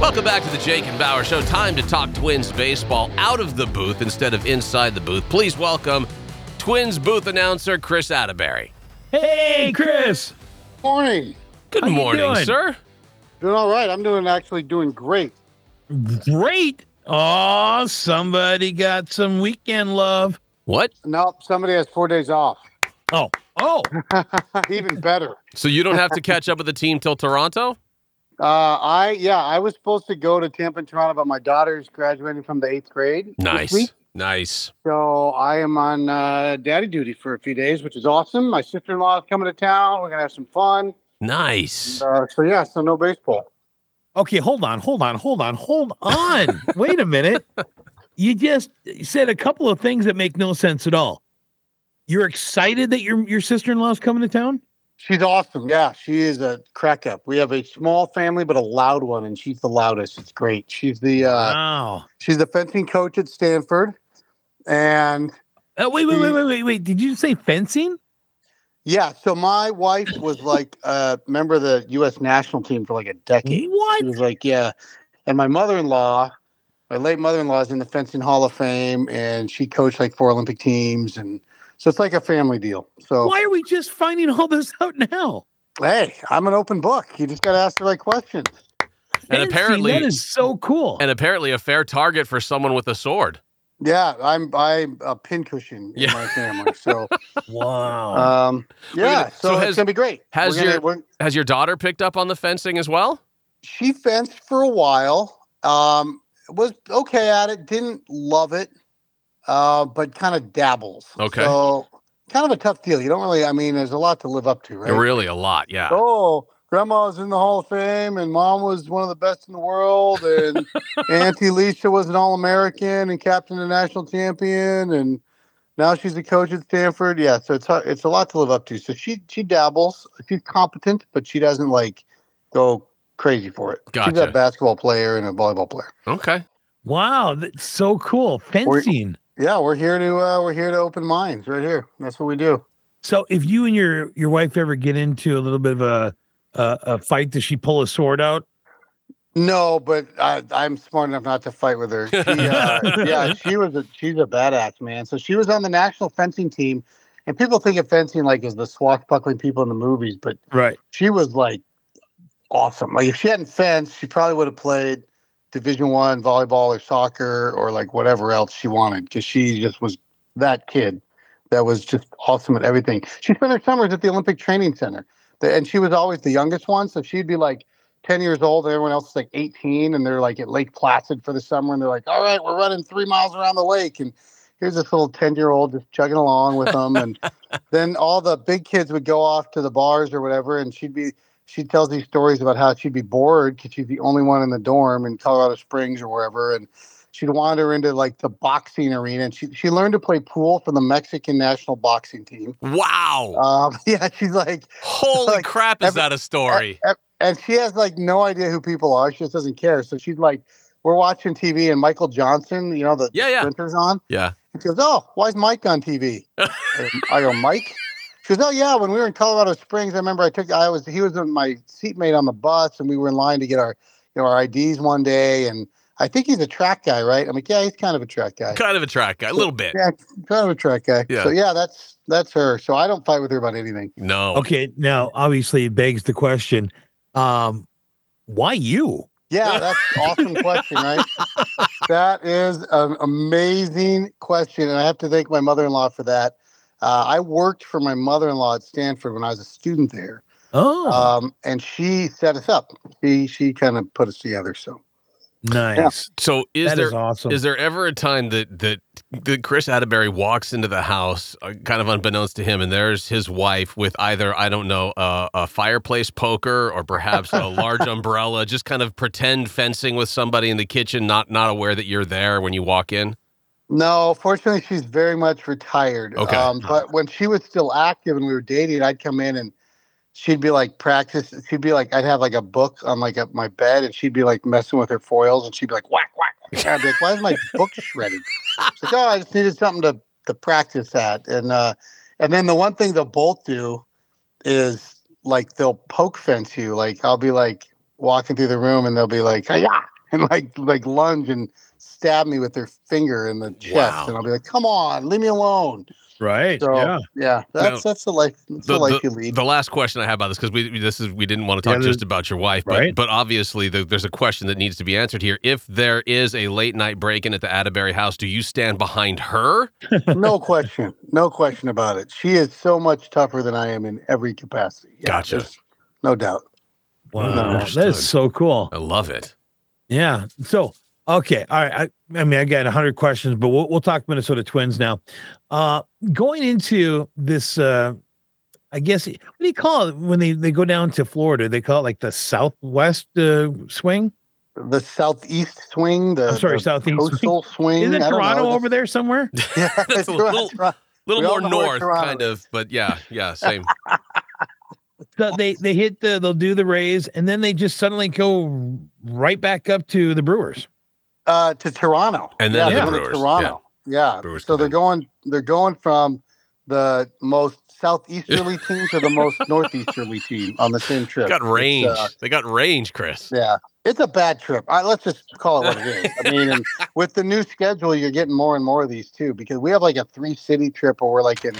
Welcome back to the Jake and Bauer Show. Time to talk Twins baseball out of the booth instead of inside the booth. Please welcome Twins booth announcer Chris Atterbury. Hey, Chris. Morning. Good How you morning, doing? sir. Doing all right. I'm doing actually doing great. Great. Oh, somebody got some weekend love. What? No, somebody has four days off. Oh, oh, Even better. So you don't have to catch up with the team till Toronto? Uh, I yeah, I was supposed to go to Tampa and Toronto, but my daughter's graduating from the eighth grade. this week. Nice. Nice. So I am on uh, daddy duty for a few days, which is awesome. My sister-in-law is coming to town. We're gonna have some fun. Nice. Uh, so yeah, so no baseball. okay. Hold on, hold on, hold on, hold on. Wait a minute. You just said a couple of things that make no sense at all. You're excited that your your sister in law's coming to town. She's awesome. Yeah, she is a crack up. We have a small family, but a loud one, and she's the loudest. It's great. She's the uh, wow. she's the fencing coach at Stanford, and Uh, wait, wait, wait, wait, wait, wait. Did you say fencing? Yeah, so my wife was like a member of the U.S. national team for like a decade. What? She was like, yeah, and my mother-in-law, my late mother-in-law, is in the fencing Hall of Fame, and she coached like four Olympic teams, and so it's like a family deal. So Why are we just finding all this out now? hey, I'm an open book. You just got to ask the right questions. And Fencing, apparently- that is so cool. And apparently a fair target for someone with a sword. Yeah, I'm I'm a pincushion in Yeah. my family, so wow. um, yeah, minute, so so, has- it's gonna be great. has We're gonna- your- we're- Has your daughter picked up on the fencing as well? she fenced for a while. Um, was okay at it. Didn't love it, uh, but kind of dabbles. Okay. So kind of a tough deal. You don't really. I mean, there's a lot to live up to, right? Really a lot, yeah. Oh, grandma's in the Hall of Fame, and mom was one of the best in the world, and Auntie Lisa was an All American and captain of the national champion, and now she's a coach at Stanford. Yeah, so it's hard, it's a lot to live up to. So she she dabbles. She's competent, but she doesn't like go crazy for it. She's Gotcha. a basketball player and a volleyball player. Okay. Wow, that's so cool. Fencing. Yeah, we're here to uh, we're here to open minds right here. That's what we do. So if you and your your wife ever get into a little bit of a a, a fight, does she pull a sword out? No, but I, I'm smart enough not to fight with her. She, uh, yeah, she was a she's a badass man. So she was on the national fencing team, and people think of fencing like as the swashbuckling people in the movies, but Right. she was like awesome. Like if she hadn't fenced, she probably would have played Division One volleyball or soccer or like whatever else she wanted because she just was that kid that was just awesome at everything. She spent her summers at the Olympic Training Center, The- and she was always the youngest one, so she'd be like. 10 years old and everyone else is like 18 and they're like at Lake Placid for the summer and they're like, all right, we're running three miles around the lake. And here's this little 10 year old just chugging along with them. And then all the big kids would go off to the bars or whatever. And she'd be, she tells these stories about how she'd be bored because she's the only one in the dorm in Colorado Springs or wherever. And she'd wander into like the boxing arena and she, she learned to play pool for the Mexican national boxing team. Wow. Um, yeah, she's like, Holy like, crap, is every- that a story? and she has like no idea who people are. She just doesn't care. So she's like, we're watching TV and Michael Johnson, you know, the Yeah, yeah. sprinter's on. Yeah. And she goes, oh, why is Mike on TV? And I go, Mike? She goes, oh, yeah, when we were in Colorado Springs, I remember I took, I was, he was my seatmate on the bus and we were in line to get our, you know, our IDs one day. And I think he's a track guy, right? I'm like, yeah, he's kind of a track guy. Kind of a track guy, a little bit. Yeah, kind of a track guy. Yeah. So yeah, that's, that's her. So I don't fight with her about anything. No. Okay. Now, obviously, it begs the question: um, Why you? Yeah, that's an awesome question, right? That is an amazing question, and I have to thank my mother-in-law for that. Uh, I worked for my mother-in-law at Stanford when I was a student there, Oh, um, and she set us up. She she kind of put us together. So nice. So That is is there awesome. Is there ever a time that that that Chris Atterbury walks into the house, uh, kind of unbeknownst to him, and there's his wife with either I don't know uh, a fireplace poker or perhaps a large umbrella, just kind of pretend fencing with somebody in the kitchen, not not aware that you're there when you walk in. no, fortunately, she's very much retired. Okay. Um, but when she was still active and we were dating, I'd come in and she'd be like practice. She'd be like, I'd have like a book on like a, my bed, and she'd be like messing with her foils, and she'd be like whack whack. And I'd be like, why is my book shredded? She's like, oh, I just needed something to to practice at, and uh, and then the one thing they'll both do is like they'll poke fence you. Like I'll be like walking through the room, and they'll be like, yeah, and like like lunge and stab me with their finger in the chest, Wow. and I'll be like, "Come on, leave me alone." Right. So Oh yeah. yeah, that's that's the life that's the, the, life you the- lead. the last question I have about this because we we- this is we didn't want to talk Yeah, just about your wife, but right. but obviously the, there's a question that needs to be answered here. If there is a late night break in at the Atterbury house, do you stand behind her? no question, no question about it. She is so much tougher than I am in every capacity. Gotcha. there's No doubt. Wow. That Understood. is so cool. I love it. Yeah. So okay. All right. I, I mean, I got hundred questions, but we'll, we'll talk Minnesota Twins now. Uh, going into this, uh, I guess what do you call it when they, they go down to Florida? They call it like the Southwest uh, swing. The southeast swing, the, I'm sorry, the southeast swing. coastal swing. Isn't I don't Toronto know. over there somewhere? Yeah, That's a little- right. A little We all more know where north, Toronto kind of, but yeah, yeah, same. So they they hit the they'll do the Rays and then they just suddenly go right back up to the Brewers. Uh, to Toronto, And then yeah, the they're going Brewers, to Toronto. Yeah, Brewers so they're come going they're going from the most southeasterly team to the most northeasterly team on the same trip. Got It's, range. uh, they got range, Chris. yeah, it's a bad trip. I, let's just call it what it is. I mean, and with the new schedule, you're getting more and more of these too because we have like a three city trip where we're like in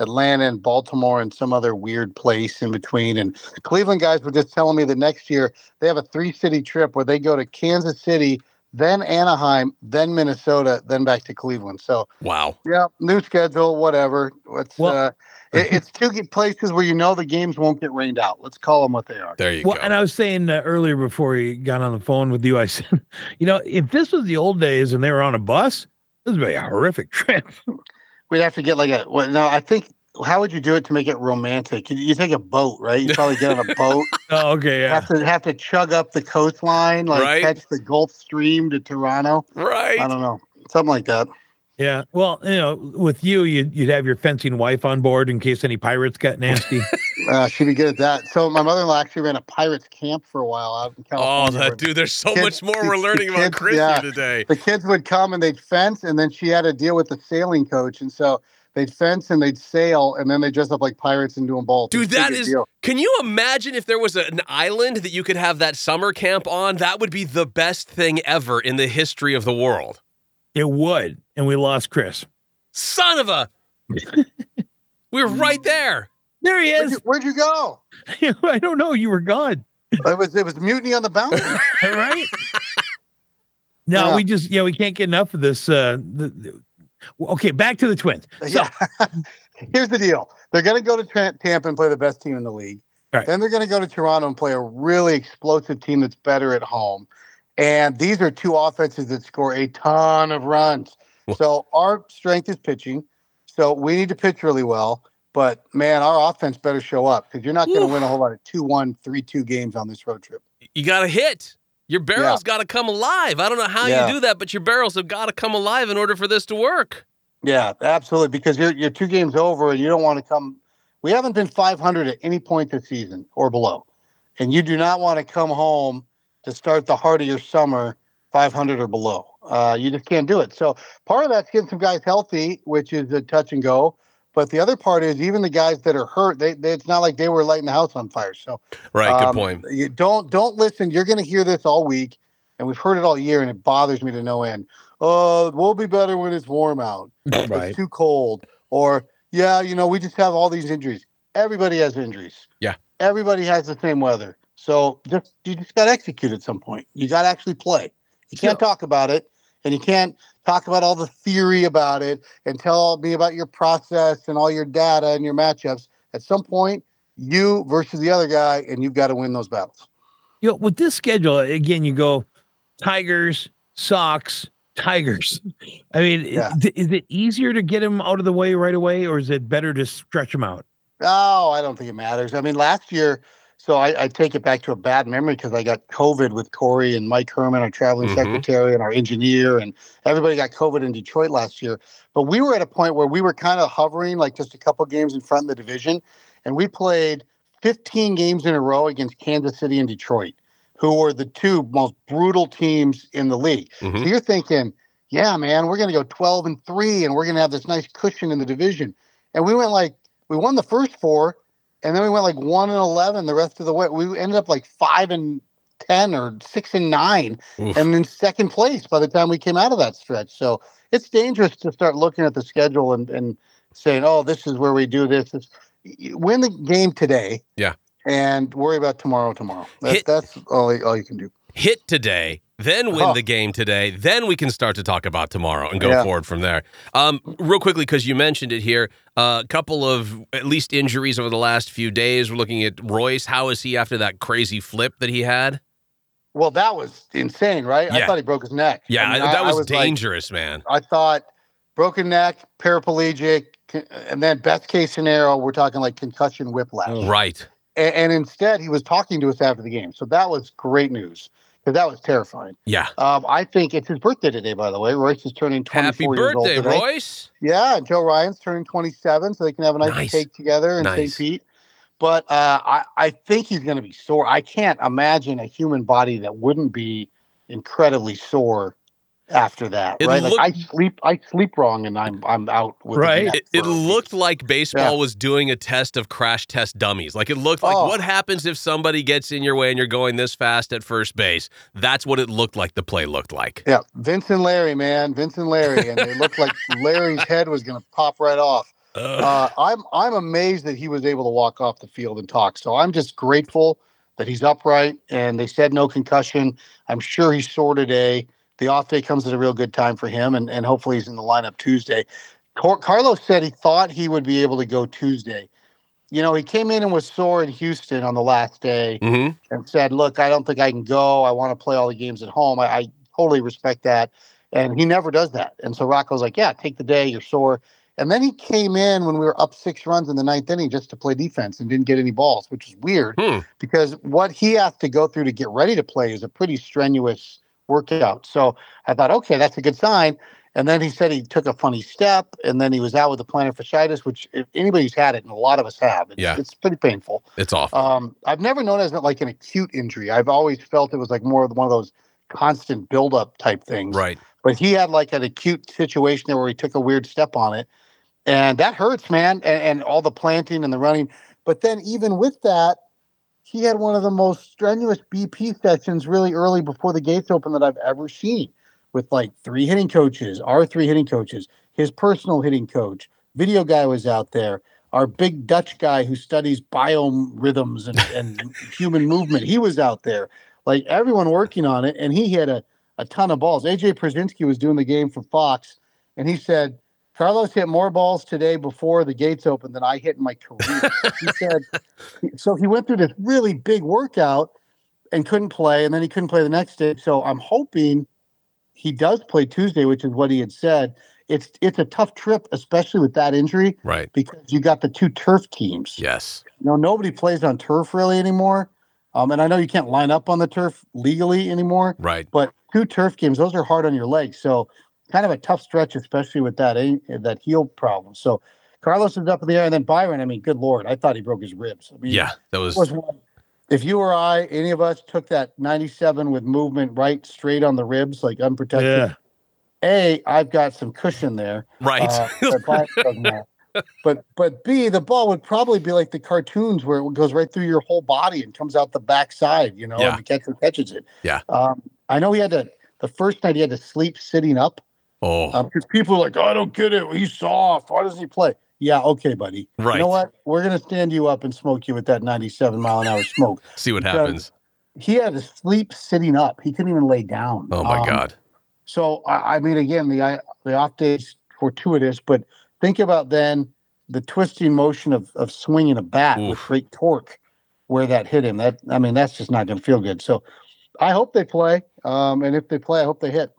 Atlanta and Baltimore and some other weird place in between. And the Cleveland guys were just telling me that next year they have a three city trip where they go to Kansas City, then Anaheim, then Minnesota, then back to Cleveland. So Wow. yeah, new schedule, whatever. It's Well- uh, it, it's two g- places where you know the games won't get rained out. Let's call them what they are. There you Well, go. and I was saying uh, earlier before we got on the phone with you, I said, you know, if this was the old days and they were on a bus, this would be a horrific trip. We'd have to get like a well. No, I think how would you do it to make it romantic? You, you take a boat, right? You probably get on a boat. Oh, okay, yeah. Have to have to chug up the coastline, like Right. catch the Gulf Stream to Toronto. I right. don't know, something like that. Yeah. Well, you know, with you, you'd, you'd have your fencing wife on board in case any pirates got nasty. Uh, she'd be good at that. So my mother-in-law actually ran a pirates camp for a while out in Oh, California. that where dude, there's so much Kids- more we're learning about kids, Chris yeah. here today. the kids would come and they'd fence, and then she had to deal with the sailing coach, and so they'd fence and they'd sail, and then they dress up like pirates and do them both. Dude, It's a that big is- deal. Can you imagine if there was a- an island that you could have that summer camp on? That would be the best thing ever in the history of the world. it would. And we lost Chris. Son of a. we were right there. There he Where'd you, is. where'd you go? I don't know. You were gone. It was it was mutiny on the bounty. All right. no, Yeah. we just, yeah, we can't get enough of this. Uh, the, the- okay, back to the twins. So, yeah. Here's the deal: they're going to go to Tra- Tampa and play the best team in the league. Right. Then they're going to go to Toronto and play a really explosive team that's better at home. And these are two offenses that score a ton of runs. Wha- So our strength is pitching. So we need to pitch really well. But man, our offense better show up because you're not going Oof. to win a whole lot of 2 1, 3 2 games on this road trip. You got to hit. Your barrels got to come alive. I don't know how Yeah. you do that, but your barrels have got to come alive in order for this to work. Yeah, absolutely. Because you're, you're two games over and you don't want to come. We haven't been 500 at any point this season or below. And you do not want to come home to start the heart of your summer 500 or below. Uh, you just can't do it. So part of that's getting some guys healthy, which is a touch and go. But the other part is even the guys that are hurt, they, they, it's not like they were lighting the house on fire. So Right. Um, you don't don't listen. You're going to hear this all week, and we've heard it all year, and it bothers me to no end. Oh, we'll be better when it's warm out. Right. It's too cold. Or yeah, you know, we just have all these injuries. Everybody has injuries. Yeah. Everybody has the same weather. So just you just got to execute at some point. You got to actually play. You can't talk about it, and you can't talk about all the theory about it, and tell me about your process and all your data and your matchups. At some point, you versus the other guy, and you've got to win those battles. you know, with this schedule, again, you go Tigers, Sox, Tigers. I mean, Yeah. is, is it easier to get them out of the way right away, or is it better to stretch them out? Oh, I don't think it matters. I mean, last year, so I, I take it back to a bad memory because I got COVID with Corey and Mike Herman, our traveling Mhm. secretary and our engineer, and everybody got COVID in Detroit last year. But we were at a point where we were kind of hovering like just a couple games in front of the division, and we played 15 games in a row against Kansas City and Detroit, who were the two most brutal teams in the league. Mhm. So you're thinking, yeah, man, we're going to go 12 and 3 and we're going to have this nice cushion in the division. And we went like we won the first four and then we went like 1 and 11 the rest of the way. We ended up like 5 and ten or six and nine, Oof. and in second place by the time we came out of that stretch. So it's dangerous to start looking at the schedule and, and saying, "Oh, this is where we do this." It's, you win the game today. Yeah. And worry about tomorrow. Tomorrow. That, Hit- that's all, all you can do. hit today, then win Huh. the game today, then we can start to talk about tomorrow and go Yeah. forward from there. Um, real quickly, because you mentioned it here, a couple of at least injuries over the last few days. We're looking at Royce. How is he after that crazy flip that he had? Well, that was insane, right? Yeah. I thought he broke his neck. Yeah, I mean, I- I- that I was, like, dangerous, man. I thought broken neck, paraplegic, and then best case scenario, we're talking like concussion whiplash. Oh. Right. A- And, instead, he was talking to us after the game. So that was great news because that was terrifying. Yeah. Um, I think it's his birthday today, by the way. Royce is turning 24 Happy years old birthday, today. Royce. Yeah, and Joe Ryan's turning 27, so they can have a nice, Nice. cake together in Nice. St. Pete. But uh, I, I think he's going to be sore. I can't imagine a human body that wouldn't be incredibly sore after that, It right? looked- like I sleep, I sleep wrong, and I'm I'm out with a Right. neck It, it for a week. looked like baseball was doing a test of crash test dummies. Like it looked like Oh. what happens if somebody gets in your way and you're going this fast at first base? That's what it looked like the play looked like. Yeah, Vince and Larry, man, Vince and Larry, and it looked like Larry's head was going to pop right off. Ugh. uh, I'm I'm amazed that he was able to walk off the field and talk. So I'm just grateful that he's upright and they said no concussion. I'm sure he's sore today. The off day comes at a real good time for him, and, and hopefully he's in the lineup Tuesday. Cor- Carlos said he thought he would be able to go Tuesday. You know, he came in and was sore in Houston on the last day Mhm. and said, "Look, I don't think I can go. I want to play all the games at home. I, I totally respect that." And he never does that. And so Rocco's like, "Yeah, take the day. You're sore." And then he came in when we were up six runs in the ninth inning just to play defense and didn't get any balls, which is weird Hmm. because what he has to go through to get ready to play is a pretty strenuous workout. So I thought, okay, that's a good sign. And then he said he took a funny step, and then he was out with the plantar fasciitis, which if anybody's had it, and a lot of us have, it's, Yeah. it's pretty painful. It's awful. Um, I've never known it as like an acute injury. I've always felt it was like more of one of those constant buildup type things. right. But he had like an acute situation there where he took a weird step on it, and that hurts, man. And, and all the planting and the running. But then even with that, he had one of the most strenuous BP sessions really early before the gates open that I've ever seen, with like three hitting coaches, our three hitting coaches, his personal hitting coach, video guy was out there. Our big Dutch guy who studies biorhythms and, and human movement, he was out there. Like everyone working on it, and he had a a ton of balls. AJ Przinsky was doing the game for Fox, and he said, Carlos hit more balls today before the gates opened than I hit in my career. he said, so he went through this really big workout and couldn't play, and then he couldn't play the next day. So I'm hoping he does play Tuesday, which is what he had said. It's it's a tough trip, especially with that injury, Right. because you got the two turf teams. Yes. You know, nobody plays on turf really anymore. Um, and I know you can't line up on the turf legally anymore Right. but two turf games those are hard on your legs so kind of a tough stretch especially with that eh, that heel problem so carlos is up in the air and then byron i mean good lord i thought he broke his ribs i mean Yeah. That it was. was one- if you or i any of us took that 97 with movement right straight on the ribs like unprotected Yeah. a i've got some cushion there Right. uh, but Byron doesn't have. But but B, the ball would probably be like the cartoons where it goes right through your whole body and comes out the backside, you know, Yeah. and the catcher catches it. Yeah. Um, I know he had to the first night he had to sleep sitting up oh. because people are like, oh, I don't get it. He's soft. Why doesn't he play? Yeah, okay, buddy. right. You know what? We're gonna stand you up and smoke you with that 97 mile an hour smoke. See what Because- happens. He had to sleep sitting up. He couldn't even lay down. Oh my Um, God. so I, I mean, again, the I- the off days fortuitous, but think about then the twisting motion of of swinging a bat with Oof. great torque, where that hit him. That I mean, that's just not going to feel good. So I hope they play, um, and if they play, I hope they hit.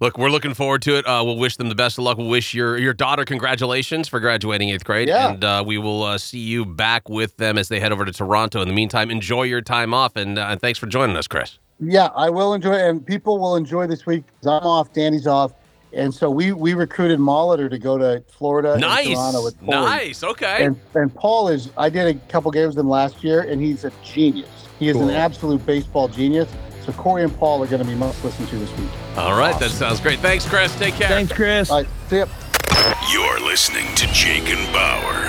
Look, we're looking forward to it. Uh, we'll wish them the best of luck. We'll wish your your daughter congratulations for graduating eighth grade, Yeah. and uh, we will uh, see you back with them as they head over to Toronto. In the meantime, enjoy your time off, and uh, and thanks for joining us, Chris. Yeah, I will enjoy, and people will enjoy this week. 'cause I'm off, Danny's off, and so we we recruited Molitor to go to Florida and Toronto Nice, with Corey. nice. Okay. And and Paul is I did a couple games with him last year and he's a genius. He is Cool. an absolute baseball genius. So Corey and Paul are gonna be must listen to this week. All right, that sounds great. Thanks, Chris. Take care. Thanks, Chris. All right, see ya. You're listening to Jake and Bauer.